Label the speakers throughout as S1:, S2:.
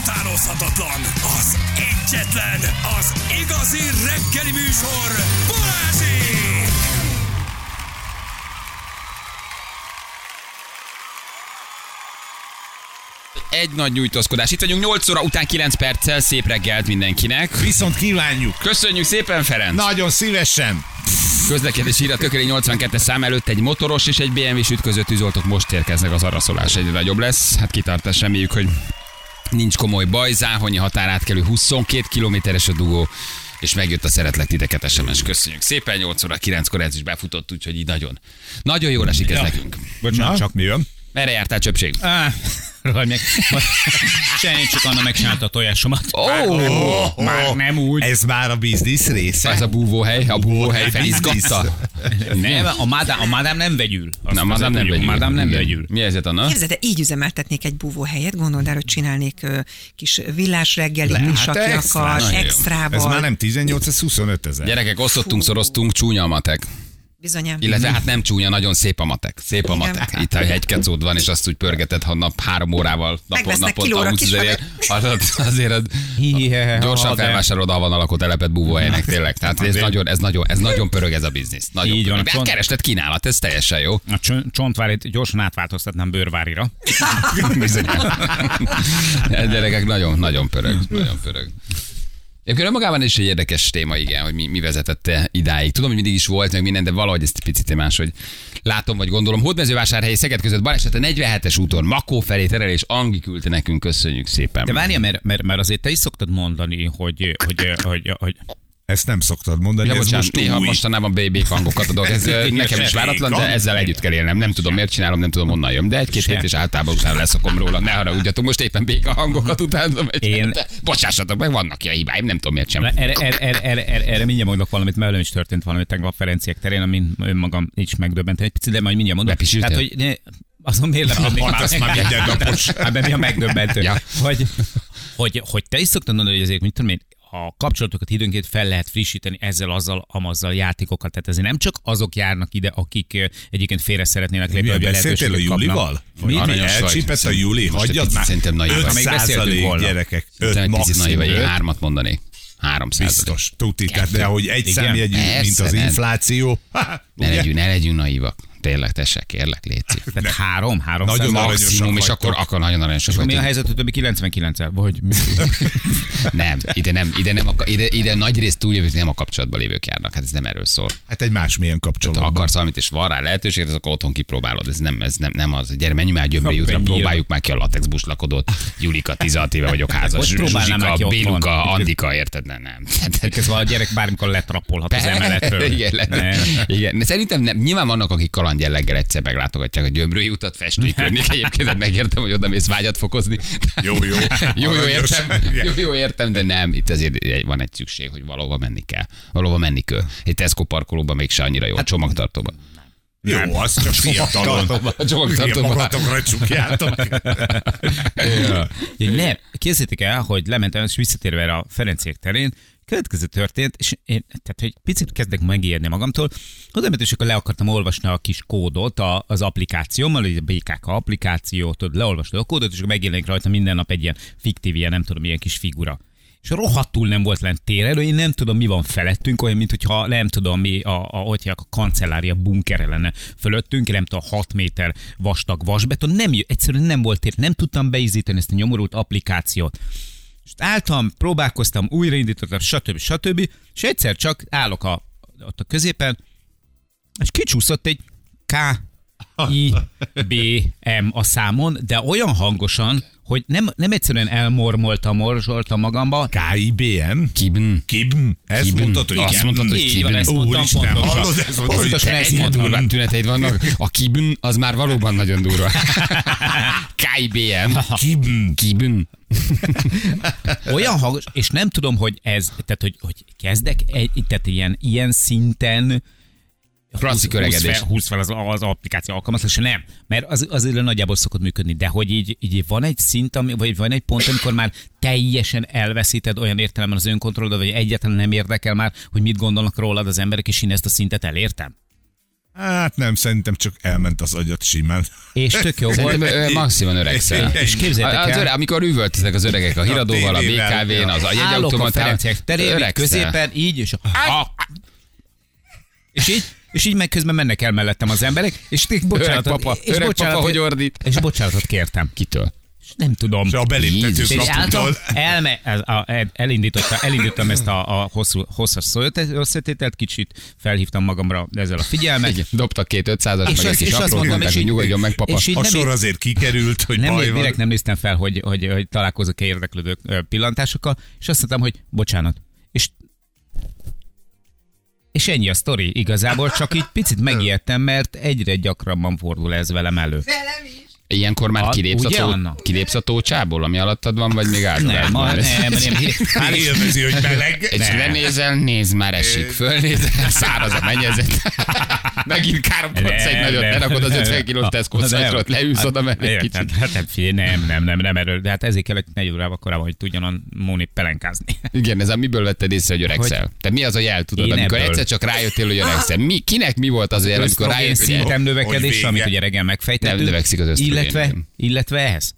S1: utánozhatatlan, az egyetlen, az igazi reggeli műsor, Balázsi!
S2: Egy nagy nyújtózkodás. Itt vagyunk 8 óra után 9 perccel. Szép reggelt mindenkinek.
S3: Viszont kívánjuk!
S2: Köszönjük szépen, Ferenc!
S3: Nagyon szívesen!
S2: Közlekedési hír a Tököli 82-es szám előtt egy motoros és egy BMW-s ütköző tűzoltók most érkeznek, az araszolás egyre nagyobb lesz. Hát kitartás, reméljük, hogy nincs komoly baj. Záhonyi határátkelő 22 kilométeres a dugó és megjött a szeretlek titeket SMS. Köszönjük szépen, 8 óra 9-kor ez is befutott, úgyhogy így nagyon, nagyon jól esik ez ja. nekünk.
S3: Bocsánat, Na? csak mi jön?
S2: Merre jártál csöpség?
S4: Á, rohagy meg. Semmi, csak Anna megcsinálta a tojásomat.
S2: Oh,
S4: Már nem úgy.
S3: Ez már a biznisz része.
S2: ez a búvóhely, a búvóhely felizgatta.
S4: Nem, a mádám, a mádám nem vegyül. Azt
S2: Na, madám
S4: azért
S2: nem
S4: tudjuk,
S2: vegyül.
S4: Mádám nem
S2: Igen.
S4: vegyül.
S2: Mi ez, Anna?
S5: Képzeld, el, így üzemeltetnék egy búvóhelyet, gondold el, hogy csinálnék ö, kis villás reggeli,
S3: hát extra,
S5: műsakjakkal,
S3: nagyon jó.
S5: extrával.
S3: Ez már nem 18, ez 25 ezer.
S2: Gyerekek, osztottunk, szoroztunk, csúnya a matek.
S5: Bizonyám.
S2: Illetve hát nem csúnya, nagyon szép a matek. Szép a
S5: Igen.
S2: matek. Itt a hegykecód van, és azt úgy pörgeted, ha nap három órával, napon,
S5: Megvesznek
S2: naponta
S5: kilóra
S2: 20 ezerért. Az- Azért az-
S4: Hihehe, ha,
S2: gyorsan
S4: de-
S2: felvásárolod, ha van alakot telepet búvóhelynek, tényleg. Tehát ez nagyon, ez nagyon, ez nagyon pörög ez a biznisz. Nagyon
S4: Így van,
S2: pörög. De hát
S4: pont.
S2: kereslet kínálat, ez teljesen jó.
S4: A cson- csontvárit gyorsan átváltoztatnám bőrvárira.
S2: Bizony. Gyerekek, nagyon, nagyon pörög. Nagyon pörög. Egyébként magában is egy érdekes téma, igen, hogy mi, mi vezetette idáig. Tudom, hogy mindig is volt, meg minden, de valahogy ez picit más, hogy látom vagy gondolom. Hódmezővásárhelyi Szeged között baleset a 47-es úton, Makó felé terelés, Angi küldte nekünk, köszönjük szépen.
S4: De várja, mert, mert, mert azért te is szoktad mondani, hogy, hogy, hogy, hogy
S3: Ezt nem szoktad mondani,
S2: Ja,
S3: ez
S2: bocsánat,
S3: most
S2: most néha
S3: új.
S2: mostanában baby hangokat adok, ez ö, nekem is váratlan, de ezzel együtt kell élnem. Nem tudom, miért csinálom, nem tudom, honnan jön. De egy-két hét és általában utána leszakom róla. Ne haragudjatok, most éppen béka hangokat utánzom. Én...
S4: Én-
S2: Bocsássatok meg, vannak ilyen hibáim, nem tudom, miért sem.
S4: Na, Erre, erre, erre, erre, erre, erre mindjárt mondok valamit, mert velem is történt valami tegnap Ferenciek terén, amin önmagam is megdöbbentem egy picit, de majd mindjárt mondok.
S2: Bepisültél?
S4: Tehát, hogy ne, azon miért lepődnék
S3: Hát azt már mindennapos.
S4: Hát mert mi a megdöbbentő.
S2: Ja.
S4: Ja. Hogy, hogy, hogy te is szoktad mondani, hogy azért, mit tudom én, a kapcsolatokat időnként fel lehet frissíteni ezzel, azzal, amazzal játékokat. Tehát ezért nem csak azok járnak ide, akik ö, egyébként félre szeretnének lépni,
S3: Milyen
S4: hogy a
S3: beszéltél a
S4: lehetőséget kapnak.
S3: Julival?
S2: Mi?
S3: Mi?
S2: Aranyos vagy.
S3: Elcsípett a Juli,
S2: Most egy
S3: hagyjad
S2: picit
S3: már.
S2: szerintem naiv vagy.
S3: 5
S4: Még beszéltünk
S3: százalék
S4: volna.
S3: gyerekek.
S2: Utána
S3: 5
S2: egy picit naiv
S3: maximum.
S2: vagy, én
S3: öt.
S2: hármat mondani. Három százalék.
S3: Biztos. Tuti, tehát de hogy egy
S4: Igen.
S3: számjegyű, mint
S2: Persze,
S3: az
S2: nem.
S3: infláció. Ha,
S2: Ne
S3: ugye?
S2: legyünk, ne legyünk naivak. Tényleg, tessék, kérlek, létszik.
S4: Tehát három, három
S3: Nagyon
S4: százalék.
S3: aranyosak
S2: Maximum, és
S3: vagytok.
S2: akkor, akkor nagyon aranyosak
S4: Mi a
S2: vagytok.
S4: helyzet a többi 99-el? Vagy mi?
S2: Nem, ide nem, ide nem, a, ide, ide nagy részt túljövők nem a kapcsolatban lévők járnak, hát ez nem erről szól.
S3: Hát egy másmilyen
S2: Ha
S3: kapcsolatban.
S2: akarsz valamit, és van rá lehetőség, az akkor otthon kipróbálod. Ez nem, ez nem, nem az. Gyere, menjünk már Gyömbri
S4: Na,
S2: útra,
S4: menjél.
S2: próbáljuk már ki a latex buslakodót. Julika, 16 éve vagyok házas.
S4: Hogy próbálnám
S2: Zsuzsika,
S4: már ki otthon?
S2: Béluka, Andika, érted? Nem, nem.
S4: Ez valahogy gyerek bármikor letrappolhat az emeletről.
S2: Igen, lehet.
S4: Nem.
S2: Igen. De Szerintem nem. nyilván vannak, akik kalandjelleggel egyszer meglátogatják a gyömrői utat, festői környék. Egyébként megértem, hogy oda mész vágyat fokozni.
S3: Jó, jó.
S2: jó, jó, értem.
S3: Igen.
S2: Jó, jó, értem, de nem. Itt azért egy- van egy szükség, hogy valahova menni kell. Valahova menni kell. Egy Tesco parkolóban mégse annyira
S4: Hát-
S2: jó. A csomagtartóban.
S3: Jó, az csak fiatalon.
S2: A csomagtartóban.
S3: Igen, magatokra csukjátok. Ja.
S4: Így Nem, készítik el, hogy lementem, és visszatérve erre a Ferenciek terén, következő történt, és én, tehát, hogy picit kezdek megijedni magamtól, oda ment, és akkor le akartam olvasni a kis kódot a, az applikációmmal, ugye a BKK applikáció, tudod, leolvasod a kódot, és akkor megjelenik rajta minden nap egy ilyen fiktív, ilyen nem tudom, ilyen kis figura. És rohadtul nem volt lent térerő, én nem tudom, mi van felettünk, olyan, mint hogyha nem tudom, mi a, a, hogy hívják, a kancellária bunkere lenne fölöttünk, nem tudom, 6 méter vastag vasbeton, nem, jö- egyszerűen nem volt tér, nem tudtam beizítani ezt a nyomorult applikációt. És álltam, próbálkoztam, újraindítottam, stb. stb. És egyszer csak állok a, ott a középen, és kicsúszott egy K, I, B, M a számon, de olyan hangosan, hogy nem, nem egyszerűen elmormoltam, morzsoltam magamba.
S3: KIBM?
S2: Kibn.
S3: Kibm? Ezt
S2: Kibn.
S3: mondtad, hogy
S2: Azt
S3: igen?
S2: mondtad, hogy
S4: Így van,
S2: kibn.
S4: ezt mondtam
S3: Úristen,
S4: pontosan.
S3: hallod ezt mondtad, hogy
S4: Pontosan ezt
S2: Egyre
S4: mondtam.
S2: durvább tüneteid vannak. A kibn az már valóban nagyon durva. KIBM.
S3: Kibn.
S2: Kibn.
S4: Olyan hangos, és nem tudom, hogy ez, tehát hogy, hogy kezdek, egy, tehát ilyen, ilyen szinten
S2: Klasszik
S4: húz- húz
S2: öregedés.
S4: fel- Húz fel az, az applikáció alkalmazása, nem. Mert az, azért nagyjából szokott működni, de hogy így, így van egy szint, ami, vagy van egy pont, amikor már teljesen elveszíted olyan értelemben az önkontrollod, vagy egyáltalán nem érdekel már, hogy mit gondolnak rólad az emberek, és én ezt a szintet elértem.
S3: Hát nem, szerintem csak elment az agyat simán.
S4: És tök jó
S2: Szerintem
S4: volt.
S2: ö, maximálisan öregszel.
S4: És képzeljétek
S2: Az
S4: el,
S2: öre, amikor üvöltöznek az öregek a híradóval, a
S3: tévében.
S2: BKV-n, az
S4: állok a
S2: jegyautomatán,
S4: Ferenciek terén,
S2: öregszel.
S4: középen, így, és a... És így, és így meg közben mennek el mellettem az emberek, és így bocsánatot,
S2: Öreg papa,
S4: és
S2: öreg
S4: bocsánatot,
S2: papa, hogy ordít.
S4: És bocsánatot kértem.
S2: Kitől?
S4: És nem tudom.
S3: És a beléptető
S2: Jézus.
S4: És így álltam,
S3: kaputól.
S4: elme, el, a, el- elindította, elindítottam ezt a, a hosszú, hosszas szó- összetételt, kicsit felhívtam magamra ezzel a figyelmet.
S2: Egy, dobtak két 500-as,
S4: És
S2: meg egy
S4: azt-
S2: kis
S4: és azt
S2: aprót,
S4: mondom,
S2: mondták,
S4: és
S2: hogy
S4: így-
S2: nyugodjon meg, papa.
S4: és így
S3: A
S4: nem
S3: sor
S4: ér-
S3: azért kikerült, hogy
S4: nem,
S3: baj
S4: ér-
S3: van.
S4: direkt nem néztem fel, hogy, hogy, hogy találkozok-e érdeklődő ö, pillantásokkal, és azt mondtam, hogy bocsánat. És és ennyi a sztori igazából, csak így picit megijedtem, mert egyre gyakrabban fordul ez velem elő.
S2: Ilyenkor már
S4: A-
S2: kilépsz a,
S4: ugye,
S2: tó,
S4: Anna?
S2: kilépsz a tócsából, ami alattad van, vagy még általában?
S4: Nem, a, nem, nem,
S3: Hát
S4: nem,
S3: élvezi, hogy meleg.
S2: És
S3: Ne.
S2: lenézel, néz már esik, fölnézel, száraz a mennyezet. Megint károm Hát, egy
S4: Nem,
S2: nagyot,
S4: nem,
S2: lerakod az
S4: nem,
S2: 50
S4: nem.
S2: kilós Tesco szagyrot,
S4: Nem.
S2: leülsz oda mellé egy
S4: Érted?
S2: kicsit.
S4: Hát nem, figyelj, nem, nem, nem, nem erről. De hát ezért kellett negy órával korábban, hogy tudjon a Móni pelenkázni.
S2: Igen, ez a miből vetted észre, hogy öregszel? Te mi az a jel, tudod,
S4: Én
S2: amikor
S4: ebből.
S2: egyszer csak rájöttél, hogy öregszel? Mi, kinek mi volt az a jel, amikor
S4: Ösztrogén
S2: rájöttél, hogy
S4: szinten
S3: Hogy
S4: növekedés,
S3: vége.
S4: amit ugye reggel megfejtettünk.
S2: Nem növekszik az ösztrogén,
S4: Illetve,
S2: igen.
S4: illetve ehhez,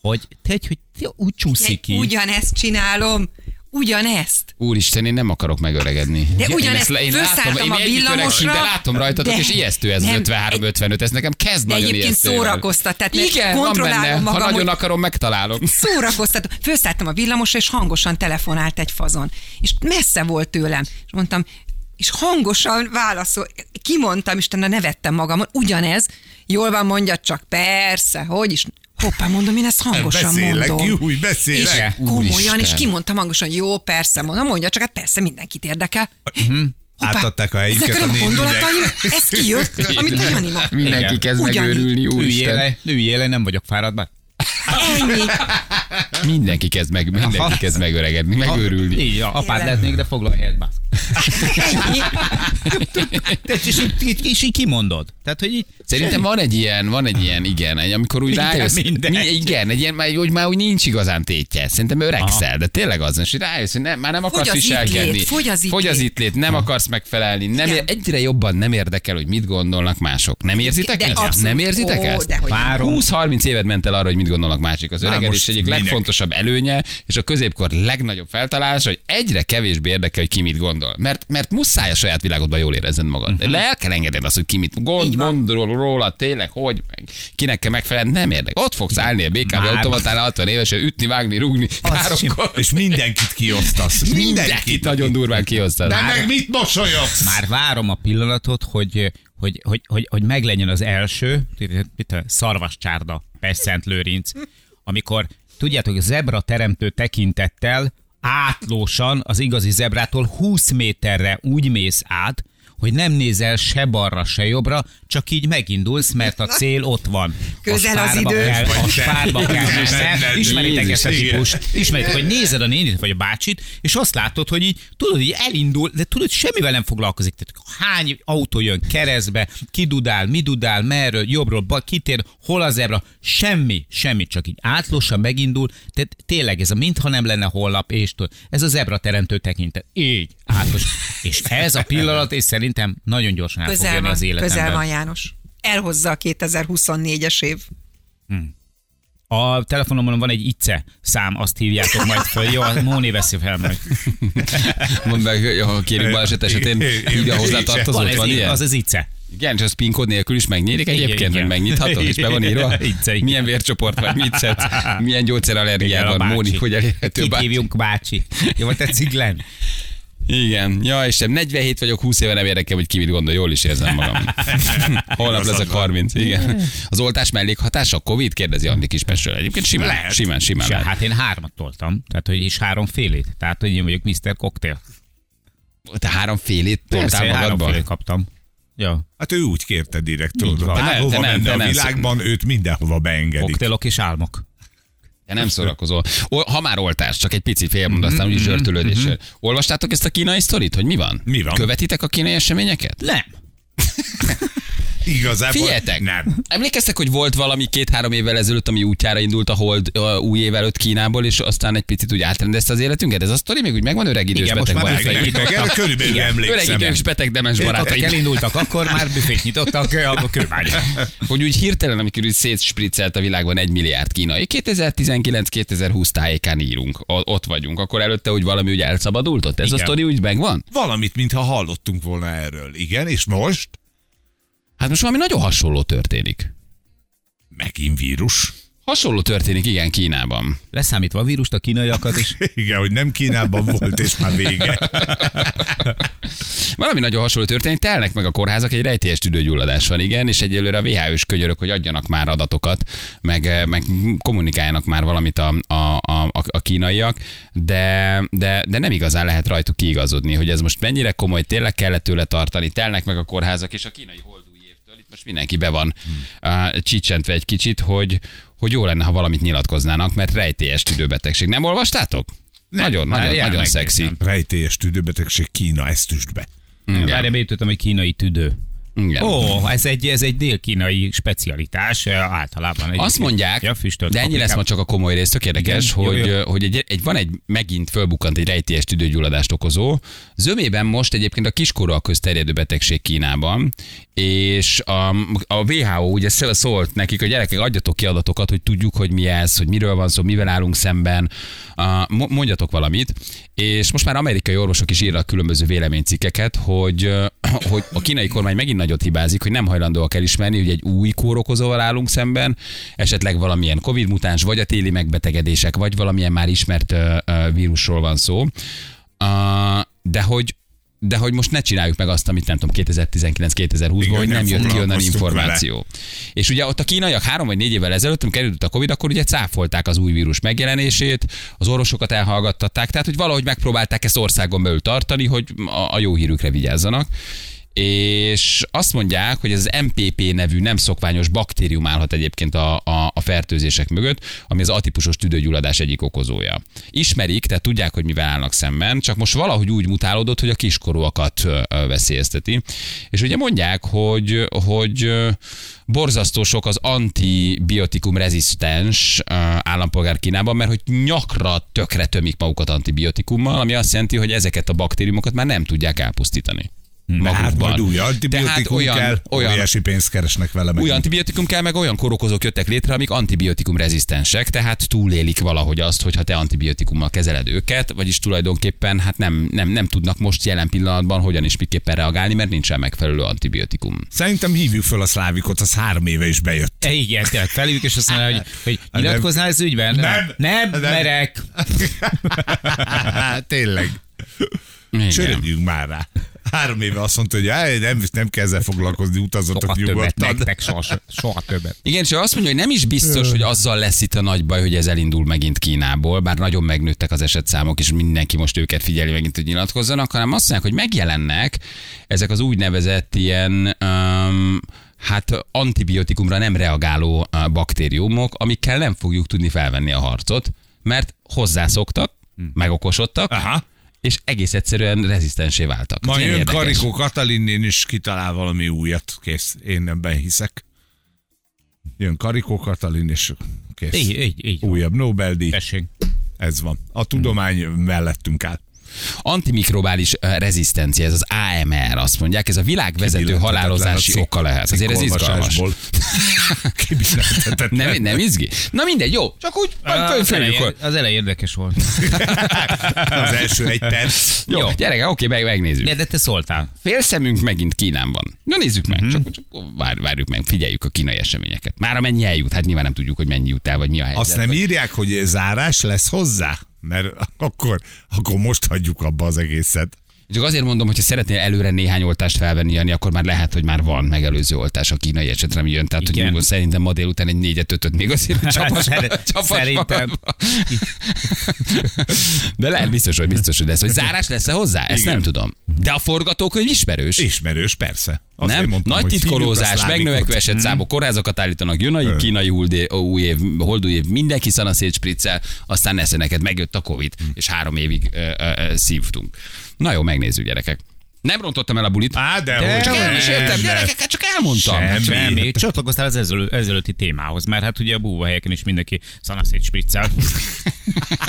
S4: hogy te egy, hogy te úgy csúszik ki.
S5: Ugyanezt csinálom, ugyanezt.
S2: Úristen, én nem akarok megöregedni.
S5: De
S2: Én
S5: ugyanezt
S2: ezt le- én látom,
S5: fölszálltam
S2: én
S5: a
S2: együtt
S5: villamosra,
S2: öregszem, De látom rajtatok,
S5: de-
S2: és ijesztő ez az
S5: nem,
S2: 53-55, ez nekem kezd
S5: de
S2: nagyon
S5: egyébként
S2: ijesztő lenni.
S5: szórakoztat, tehát mert
S2: Igen, van
S5: kontrollálom
S2: benne.
S5: magam,
S2: ha nagyon
S5: hogy-
S2: akarom, megtalálom.
S5: szórakoztató. Főszálltam a villamosra, és hangosan telefonált egy fazon. És messze volt tőlem. És mondtam, és hangosan válaszol, kimondtam, Isten, nevettem magamon, ugyanez, jól van, mondja, csak persze, hogy is. Hoppá, mondom, én ezt hangosan
S3: Beszélek,
S5: mondom.
S3: júj, beszélek.
S5: És
S2: Úristen.
S5: komolyan, és kimondtam hangosan, jó, persze, mondom, mondja, csak hát persze, mindenkit érdekel. Hoppá,
S3: Mhm. Átadták a helyüket
S5: ezekre
S3: a néninek.
S5: gondolataim, ez kijött, amit a Jani mondta.
S2: Mindenki
S4: Igen.
S2: kezd
S5: Ugyanígy.
S2: megőrülni,
S4: Üljél
S2: úristen.
S4: le, üljél le, nem vagyok fáradt, bár.
S5: Ennyi.
S2: Mindenki kezd, meg, mindenki
S4: Aha.
S2: kezd megöregedni, megőrülni.
S4: Így, ja, apád
S5: Igen.
S4: lehetnék, de foglalj helyet, bász.
S5: Ennyi.
S4: És, és, így- és így kimondod. Tehát, hogy így...
S2: Szerintem van egy ilyen, van egy ilyen, igen, egy, amikor úgy
S4: Minden,
S2: rájössz,
S4: minden.
S2: Mi, igen, egy ilyen, már, hogy már úgy nincs igazán tétje. Szerintem öregszel, de tényleg az, és rájössz, hogy nem, már nem akarsz
S5: az
S2: viselkedni.
S5: ítlét, fogy az
S2: Fogy az
S5: ítlét.
S2: ítlét, nem akarsz megfelelni, nem
S5: Igen.
S2: ér, egyre jobban nem érdekel, hogy mit gondolnak mások. Nem érzitek
S5: De
S2: ezt?
S5: abszolút.
S2: Nem érzitek
S5: Ó,
S2: ezt?
S5: dehogy.
S4: Várom.
S2: 20-30 évet ment el arra, hogy mit gondolnak másik. Az öregedés
S3: most
S2: egyik
S3: minek?
S2: legfontosabb előnye, és a középkor legnagyobb feltalálása, hogy egyre kevésbé érdekel, hogy ki mit gondol. Mert, mert muszáj a saját világodban jól érezned magad. Le el kell engedned azt, hogy ki mit gond, gondol róla, tényleg, hogy, meg, kinek kell megfelelni, nem érdekel. Ott fogsz állni a BKV
S4: Már-
S2: automatán 60 évesen, ütni, vágni, rúgni, káromkodni.
S3: És mindenkit kiosztasz.
S2: Mindenkit nagyon durván kiosztod.
S3: De meg mit mosolyogsz?
S4: Már várom a pillanatot, hogy, hogy, hogy, hogy, hogy meglegyen az első, mit a szarvascsárda, Pesszent Lőrinc, amikor tudjátok, a zebra teremtő tekintettel átlósan az igazi zebrától 20 méterre úgy mész át, hogy nem nézel se balra, se jobbra, csak így megindulsz, mert a cél ott van.
S5: Közel
S4: a
S5: az
S4: spárba
S5: idő.
S4: Kell, a spárba kell
S3: Jézus,
S4: menned. Ismeritek ezt a
S3: Jézus, igen.
S4: típust. Ismeritek, hogy nézed a nénit vagy a bácsit, és azt látod, hogy így tudod, így elindul, de tudod, semmivel nem foglalkozik. Tehát hány autó jön keresztbe, kidudál, midudál, merről, jobbról, bal, kitér, hol az ebra, semmi, semmi, csak így átlósan megindul, tehát tényleg ez a mintha nem lenne holnap, és tudod, ez az ebra teremtő tekintet. Így, átlos. És ez a pillanat, és szerintem nagyon gyorsan el fog
S5: Közel
S4: jönni
S5: van,
S4: az
S5: közel van
S4: életemben.
S5: János. Elhozza a 2024-es év.
S4: A telefonomon van egy ICE szám, azt hívjátok majd föl. Jó, a Móni veszi fel majd.
S2: Mondd meg, ha kérünk baleset esetén, így a hozzátartozót
S4: ez
S2: van
S4: í-
S2: ilyen?
S4: Az az ICE.
S2: Igen, és az PIN kód nélkül is megnyílik egyébként,
S4: Igen,
S2: meg
S4: igen.
S2: megnyithatod, és be van írva.
S4: Így szerint.
S2: Milyen vércsoport vagy, mit szedsz, milyen
S4: Igen,
S2: gyógyszerallergiád
S4: a
S2: van,
S4: bácsi.
S2: Mónik, hogy elérhető
S4: Kit
S2: bácsi.
S4: hívjunk bácsi? Jó, vagy tetszik Glenn?
S2: Igen, ja, és 47 vagyok, 20 éve nem érdekel, hogy ki mit gondol, jól is érzem magam. Holnap
S3: Igazad
S2: leszek
S3: van.
S2: 30, igen. Az oltás mellékhatása a Covid? Kérdezi Andi Kispesről. Egyébként simán,
S3: Lehet.
S2: simán, simán
S4: Ja,
S2: lehet.
S4: hát én hármat toltam, tehát hogy és három félét. Tehát, hogy én vagyok Mr. Cocktail.
S2: Te három félét
S4: Persze,
S2: toltál
S4: én három
S2: magadban?
S4: félét kaptam. Ja.
S3: Hát ő úgy kérte direkt,
S4: Így
S3: tudod.
S4: van.
S3: Hát
S2: Te
S3: hova
S2: nem, te
S3: menne a
S2: nem, te nem.
S3: világban, őt mindenhova beengedik.
S4: Koktélok és álmok.
S2: Te nem szórakozol. O, ha már oltás, csak egy pici félmond, aztán
S4: Mhm,
S2: úgyis zsörtölődéssel. Olvastátok ezt a kínai sztorit, hogy mi van?
S3: Mi van?
S2: Követitek a kínai eseményeket?
S4: Nem.
S3: Igazából
S2: Figyeljetek,
S3: nem.
S2: emlékeztek, hogy volt valami két-három évvel ezelőtt, ami útjára indult a Hold ö, új év előtt Kínából, és aztán egy picit úgy átrendezte az életünket? Ez a sztori még úgy megvan öreg idős
S4: Igen, most
S2: beteg
S4: már
S2: barát.
S4: büfék
S3: Igen,
S4: nyitottak.
S3: erre körülbelül
S4: Igen,
S2: Öreg
S3: emlékszem.
S2: idős beteg demes
S4: Barátok
S2: barátaink.
S4: elindultak, akkor már büfét nyitottak ö, a kőbány.
S2: hogy úgy hirtelen, amikor úgy szétspriccelt a világban egy milliárd kínai, 2019-2020 tájékán írunk, o- ott vagyunk, akkor előtte úgy valami úgy elszabadult ott? Ez Igen. a
S4: Igen.
S2: sztori úgy megvan?
S3: Valamit, mintha hallottunk volna erről. Igen, és most
S2: Hát most valami nagyon hasonló történik.
S3: megint vírus.
S2: Hasonló történik, igen, Kínában.
S4: Leszámítva a vírust, a kínaiakat, és
S3: Igen, hogy nem Kínában volt, és már vége.
S2: Valami nagyon hasonló történik, telnek meg a kórházak, egy rejtélyes tüdőgyulladás van, igen, és egyelőre a WHO-s könyörök, hogy adjanak már adatokat, meg, eh, meg kommunikáljanak már valamit a, a, a, a- a kínaiak, de, de, de nem igazán lehet rajtuk kiigazodni, hogy ez most mennyire komoly, tényleg kellett tőle tartani, telnek meg a kórházak, és a kínai holdúj évtől itt most mindenki be van hmm. csicsentve egy kicsit, hogy, hogy jó lenne, ha valamit nyilatkoznának, mert rejtélyes tüdőbetegség. Nem olvastátok? Nem, nagyon,
S4: már
S2: nagyon,
S4: jelenleg
S2: nagyon
S4: még
S2: szexi.
S4: nem.
S3: Rejtélyes tüdőbetegség Kína, ezt üsd be.
S2: Mm.
S4: már nem jutottam, hogy kínai tüdő.
S2: Igen.
S4: Ó, ez egy, ez egy dél-kínai specialitás ö, általában. Egy
S2: Azt mondják,
S4: ja, füstölt
S2: de ennyi
S4: paprikát.
S2: lesz ma csak a komoly rész, tök érdekes,
S4: Igen,
S2: hogy,
S4: jó, jó.
S2: hogy egy, egy, van egy megint fölbukkant egy rejtélyes tüdőgyulladást okozó. Zömében most egyébként a kiskorúak közt terjedő betegség Kínában, és a, a WHO ugye szó- szólt nekik, hogy gyerekek, adjatok ki adatokat, hogy tudjuk, hogy mi ez, hogy miről van szó, mivel állunk szemben, a, mo- mondjatok valamit. És most már amerikai orvosok is írnak különböző véleménycikkeket, hogy, ö, hogy a kínai kormány megint nagyot hibázik, hogy nem hajlandóak elismerni, hogy egy új kórokozóval állunk szemben, esetleg valamilyen COVID mutáns, vagy a téli megbetegedések, vagy valamilyen már ismert ö, ö, vírusról van szó. Uh, de hogy de hogy most ne csináljuk meg azt, amit nem tudom, 2019-2020-ban,
S3: Igen,
S2: hogy nem
S3: nem
S2: jött ki onnan
S3: foglalkoztunk vele.
S2: információ. És ugye ott a kínaiak három vagy négy évvel ezelőtt, amikor került a Covid, akkor ugye cáfolták az új vírus megjelenését, az orvosokat elhallgattatták, tehát hogy valahogy megpróbálták ezt országon belül tartani, hogy a, a jó hírükre vigyázzanak. És azt mondják, hogy ez az MPP nevű nem szokványos baktérium állhat egyébként a, a, a fertőzések mögött, ami az atipusos tüdőgyulladás egyik okozója. Ismerik, tehát tudják, hogy mivel állnak szemben, csak most valahogy úgy mutálódott, hogy a kiskorúakat ö, ö, veszélyezteti. És ugye mondják, hogy, hogy ö, borzasztó sok az antibiotikum rezisztens ö, állampolgár Kínában, mert hogy nyakra tökre tömik magukat antibiotikummal, ami azt jelenti, hogy ezeket a baktériumokat már nem tudják elpusztítani.
S3: Hát
S2: Magukban.
S3: majd új
S2: Tehát
S3: antibiotikum
S2: olyan,
S3: kell,
S2: olyan,
S3: óriási pénzt keresnek vele meg.
S2: új antibiotikum kell, meg olyan kórokozók jöttek létre, amik antibiotikum rezisztensek, tehát túlélik valahogy azt, hogyha te antibiotikummal kezeled őket, vagyis tulajdonképpen hát nem, nem, nem tudnak most jelen pillanatban hogyan és miképpen reagálni, mert nincsen megfelelő antibiotikum.
S3: Szerintem hívjuk föl a szlávikot, az három éve is bejött.
S4: E, igen, tényleg felhívjuk, és azt mondja, hogy, hogy nyilatkoznál ez ügyben?
S3: Nem.
S4: Nem,
S3: Nem. Hát
S4: merek.
S3: Tényleg.
S2: Igen.
S3: Csörögjünk már rá. Három éve azt mondta, hogy "Áj, nem, nem kell ezzel foglalkozni, utazatok
S4: Soha többet
S3: nyugodtan.
S4: nektek, soha, soha többet.
S2: Igen, és ő azt mondja, hogy nem is biztos, hogy azzal lesz itt a nagy baj, hogy ez elindul megint Kínából, bár nagyon megnőttek az esetszámok, és mindenki most őket figyeli megint, hogy nyilatkozzanak, hanem azt mondják, hogy megjelennek ezek az úgynevezett ilyen um, hát antibiotikumra nem reagáló ö, baktériumok, amikkel nem fogjuk tudni felvenni a harcot, mert hozzászoktak, megokosodtak,
S3: Hm. Aha.
S2: és egész egyszerűen rezisztensé váltak.
S3: Ma
S2: Ez ilyen
S3: jön
S2: érdekes.
S3: Karikó Katalinnén is kitalál valami újat. Kész. Én ebben hiszek. Jön Karikó Katalin, és kész.
S4: Így, így, így.
S3: Újabb Nobel-díj.
S4: Tessék.
S3: Ez van. A tudomány mellettünk áll.
S2: Antimikrobális eh, rezisztencia, ez az AMR, azt mondják, ez a világ vezető
S3: Kibillenthetetlen
S2: halálozási
S3: a cikk-
S2: oka lehet. Azért ez izgalmas.
S3: cikkolvasásból. Kibillenthetetlen.
S2: Nem, nem izgi? Na mindegy, jó, csak úgy majd
S3: Hát
S4: Az
S2: fölfőjük,
S4: elej,
S2: hogy-
S4: az elej érdekes volt.
S3: Az első egy perc.
S2: Jó, gyerek, oké, meg, megnézzük.
S4: De, de te szóltál.
S2: Félszemünk megint Kínán van. Na nézzük meg,
S3: Mhm.
S2: csak, csak vár, várjuk meg, figyeljük a kínai eseményeket. Már amennyi eljut, hát nyilván nem tudjuk, hogy mennyi jut el, vagy mi a helyzet.
S3: Azt nem írják, hogy zárás lesz hozzá? Mert akkor, akkor most hagyjuk abba az egészet.
S2: Csak azért mondom, hogy ha szeretnél előre néhány oltást felvenni, Jani, akkor már lehet, hogy már van megelőző oltás a kínai esetre, ami jön. Tehát, hogy
S4: Igen.
S2: nyugodtan szerintem ma délután egy négyet, ötöt még azért csapas,
S4: Szere-
S2: csapas
S4: szerintem.
S2: magadba. De lehet, biztos, hogy biztos, hogy lesz. Hogy zárás lesz-e hozzá? Ezt
S3: Igen.
S2: nem tudom. De a forgatókönyv ismerős.
S3: Ismerős, persze. Azért
S2: nem?
S3: mondtam,
S2: Nagy
S3: hogy hívjuk a Mhm.
S2: titkolózás,
S3: szlávikot.
S2: megnövekvő esetszámok, kórházakat állítanak, jön a kínai huldé, új év, holdú év, mindenki szana szétspriccel, aztán
S3: Mhm.
S2: nesze neked, megjött a Covid, és három évig ö, ö, ö, szívtunk. Na jó, megnézzük gyerekek. Nem rontottam el a bulit.
S3: Á, de,
S4: De
S3: hogy
S2: Csak el is
S3: nem.
S2: értem, gyerekeket, csak elmondtam.
S3: Semmi.
S4: Semmi. Csatlakoztál az ezelő, ezelőtti témához, mert hát ugye a búvahelyeken is mindenki szanaszét spriccel.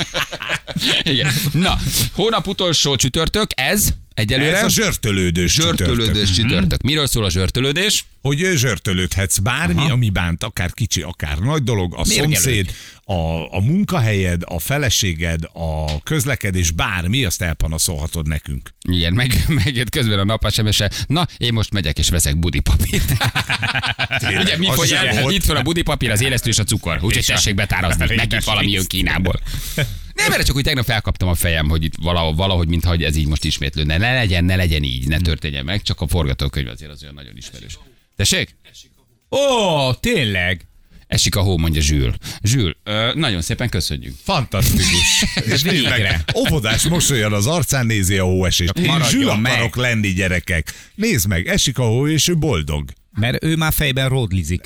S2: Igen. Na, hónap utolsó csütörtök, ez egyelőre.
S3: Ez a Mhm. zsörtölődős
S2: zsörtölődős
S3: csütörtök.
S2: csütörtök. Miről szól a zsörtölődés?
S3: Hogy ő zsörtölődhetsz bármi, Aha. ami bánt, akár kicsi, akár nagy dolog, a
S4: Mérgelődj.
S3: szomszéd, a, a munkahelyed, a feleséged, a közlekedés, bármi, azt elpanaszolhatod nekünk.
S2: Igen, meg, megjött közben a nap SMS-e. Na, én most megyek és veszek budipapírt. Ugye, mi
S3: Az
S2: fogy
S3: is
S2: el?
S3: volt.
S2: Itt van a budipapír, az élesztő és a cukor. Úgyhogy tessék betárazni, megint valami jön Kínából. Nem, mert csak úgy tegnap felkaptam a fejem, hogy itt valahogy, valahogy mintha hogy ez így most ismétlődne. Ne legyen, ne legyen így,
S3: Hmm.
S2: ne történjen meg, csak a forgatókönyv azért az olyan nagyon ismerős. Tessék?
S4: Ó, tényleg?
S2: Esik a hó, mondja Zsül. Zsül, ö, nagyon szépen köszönjük.
S3: Fantasztikus. És nézd meg, óvodás mosolyan az arcán nézi a hóesést. Én
S4: maradjon
S3: zsül
S4: meg.
S3: akarok lenni gyerekek. Nézd meg, esik a hó, és ő boldog.
S4: Mert ő már fejben ródlizik.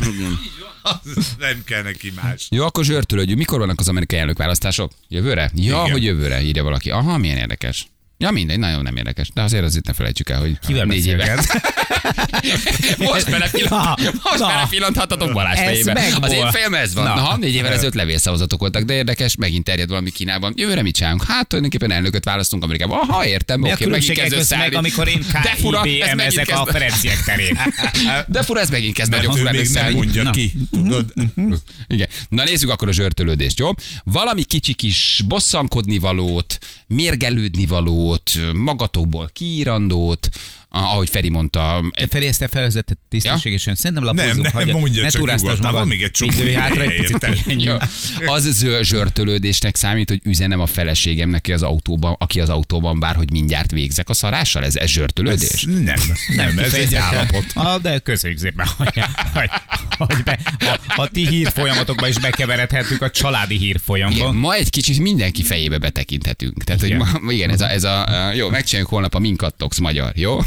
S3: Az nem kell neki más.
S2: Jó, akkor zsörtölődjünk. Mikor vannak az amerikai elnökválasztások? Jövőre? Ja,
S3: Igen.
S2: hogy jövőre, írja valaki. Aha, milyen érdekes. Ja, mindegy, nagyon nem érdekes. De azért azért ne felejtsük el, hogy
S4: Kivel
S2: négy éve.
S4: beszélgetsz?
S2: most belepillant,
S4: Na,
S2: most
S4: na.
S2: belepillanthatatok Balázs
S4: Ez
S2: fejébe.
S4: megvolt.
S2: Az én fejem ez van. Na,
S4: Na.
S2: ha négy évvel ezelőtt levélszavazatok voltak, de érdekes, megint terjed valami Kínában. Jövőre mit csinálunk? Hát tulajdonképpen elnököt választunk Amerikában. Aha, értem,
S4: Mi a
S2: oké, megint
S4: különbségek
S2: kezd
S4: közt meg,
S2: összeállni.
S4: amikor én
S2: De fura, ez
S4: KIBM
S2: megint
S4: ezek a
S2: kezd...
S4: Ferenciek terén.
S2: De fura, ez megint kezd nagyon
S3: Ő
S2: furán
S3: még nem
S2: összeállni.
S3: mondja ki. Tudod?
S2: Igen. Na nézzük akkor a zsörtölődést, jó? Valami kicsi kis bosszankodni valót, mérgelődni valót, magatokból kiírandót, a- ahogy Feri mondta,
S4: Feri ezt elfelezett tisztességesen. Szerintem
S3: Nem,
S4: lapozzunk,
S3: nem,
S4: hagyja.
S3: mondja
S4: ne
S3: csak
S4: túráztasd
S3: nyugodtan,
S4: magad.
S3: van még egy csomó
S4: Így ülj hátra egy
S3: ideje,
S4: picit.
S3: érted?
S4: pihenj.
S2: Ja. Az zö- zsörtölődésnek számít, hogy üzenem a feleségemnek, aki az autóban, aki az autóban bár, hogy mindjárt végzek a szarással? Ez, ez zsörtölődés?
S3: Ez Nem, nem, ez egy
S4: Kifejezetten.
S3: állapot.
S4: Ah, de köszönjük szépen, hogy, hogy, hogy be, a, a ti hírfolyamatokba is bekeveredhetünk a családi
S2: Igen,
S4: hírfolyamba.
S2: ma egy kicsit mindenki fejébe betekinthetünk. Tehát, igen.
S4: Igen.
S2: hogy ma, igen, ez a, ez a, jó, megcsináljuk holnap a Minkattox magyar, jó?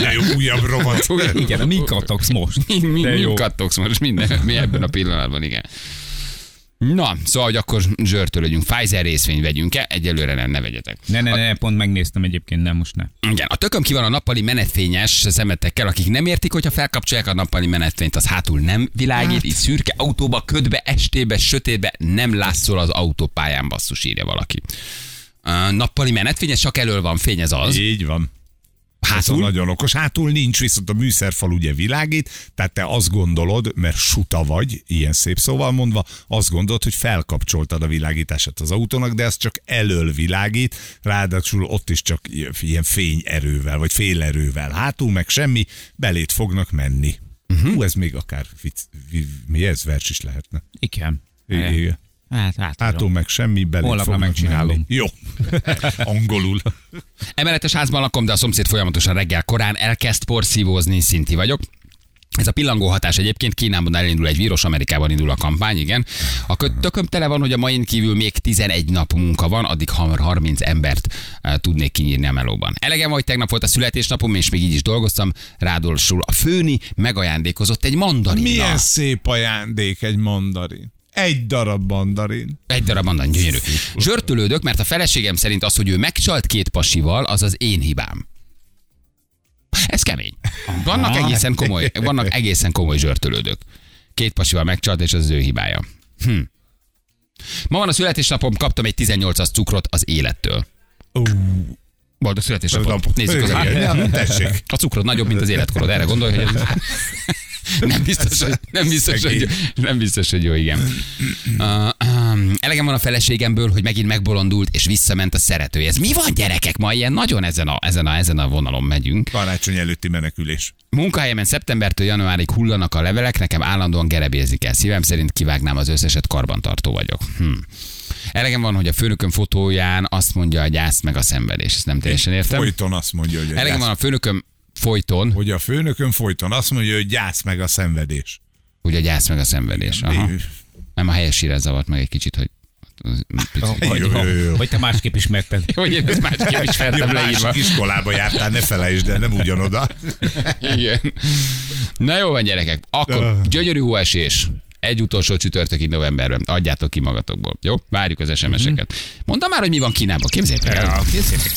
S3: De jó, újabb rovat.
S4: Igen, a minkatox most.
S2: Mi, mi,
S4: De
S2: mi
S4: jó.
S2: kattogsz most minden, mi ebben a pillanatban, igen. Na, szóval, hogy akkor zsörtölődjünk. Pfizer részvényt vegyünk-e? Egyelőre nem, ne vegyetek.
S4: Ne, ne, ne, pont megnéztem egyébként, nem most ne.
S2: Igen, a tököm ki van a nappali menetfényes szemetekkel, akik nem értik, hogyha felkapcsolják a nappali menetfényt, az hátul nem világít, így szürke autóba, ködbe, estébe, sötétbe, nem látszol az autópályán, basszus, írja valaki. Ö, nappali menetfényes, csak elől van fény, ez az.
S3: Így van. Hátul?
S2: Hátul?
S3: Nagyon okos. Hátul nincs, viszont a műszerfal ugye világít, tehát te azt gondolod, mert suta vagy, ilyen szép szóval mondva, azt gondolod, hogy felkapcsoltad a világítását az autónak, de ez csak elől világít, ráadásul ott is csak ilyen fényerővel, vagy félerővel. Hátul meg semmi, belét fognak menni. Uh-huh. Hú, ez még akár vicc, vi, mi ez vers is lehetne.
S4: Igen.
S3: Igen. Igen.
S4: Hát, hát,
S3: Hátul meg semmi, belét
S4: Holnapra
S3: fognak
S4: megcsinálom.
S3: menni. Jó. Angolul.
S2: Emeletes házban lakom, de a szomszéd folyamatosan reggel korán elkezd porszívózni, szinti vagyok. Ez a pillangó hatás egyébként Kínában elindul egy vírus, Amerikában indul a kampány, igen. A kö- tököm tele van, hogy a main kívül még 11 nap munka van, addig hamar 30 embert e, tudnék kinyírni a melóban. Elegem, hogy tegnap volt a születésnapom, és még így is dolgoztam, ráadásul a főni megajándékozott egy mandarina.
S3: Milyen szép ajándék egy mandarin. Egy darab mandarin.
S2: Egy darab andan gyönyörű. Zsörtölődök, mert a feleségem szerint az, hogy ő megcsalt két pasival, az az én hibám. Ez kemény. Vannak egészen komoly, vannak egészen komoly zsörtölődök. Két pasival megcsalt, és az, az ő hibája. Hm. Ma van a születésnapom, kaptam egy 18-as cukrot az élettől.
S3: Ú,
S2: Boldog születésnapot. Nézzük az eredményt.
S3: Nem, tessék.
S2: A cukrod nagyobb, mint az életkorod. Erre gondolj, hogy ez... nem biztos, hogy, nem biztos, hogy, nem biztos, hogy jó, igen. Uh, um, elegem van a feleségemből, hogy megint megbolondult, és visszament a szeretője. Ez mi van, gyerekek? Ma ilyen nagyon ezen a, ezen a, ezen a vonalon megyünk.
S3: Karácsony előtti menekülés.
S2: Munkahelyemen szeptembertől januárig hullanak a levelek, nekem állandóan gerebézni kell. Szívem szerint kivágnám az összeset, karbantartó vagyok. Hm. Elegem van, hogy a főnökön fotóján azt mondja a gyász meg a szenvedés. Ezt nem teljesen értem.
S3: Folyton azt mondja, hogy a,
S2: Elegem van
S3: gyász,
S2: a főnököm folyton,
S3: hogy a főnökön folyton azt mondja, hogy gyász meg a szenvedés.
S2: Ugye a gyász meg a szenvedés. Aha. Hát
S3: Ő-
S2: Nem a helyes hírás zavart meg egy kicsit, hogy picit.
S3: Jó, jó, jó.
S4: Vagy te másképp ismerted.
S2: Hogy én ezt másképp is
S3: Jó,
S2: feltem leírva.
S3: másik iskolába jártál, ne felejtsd, de nem ugyanoda.
S2: Igen. Na jó van, gyerekek. Akkor gyönyörű hóesés. Egy utolsó csütörtökig novemberben. Adjátok ki magatokból. Jó? Várjuk az SMS-eket. Mondtam már, hogy mi van Kínában. Képzeljétek el.
S4: Készítek.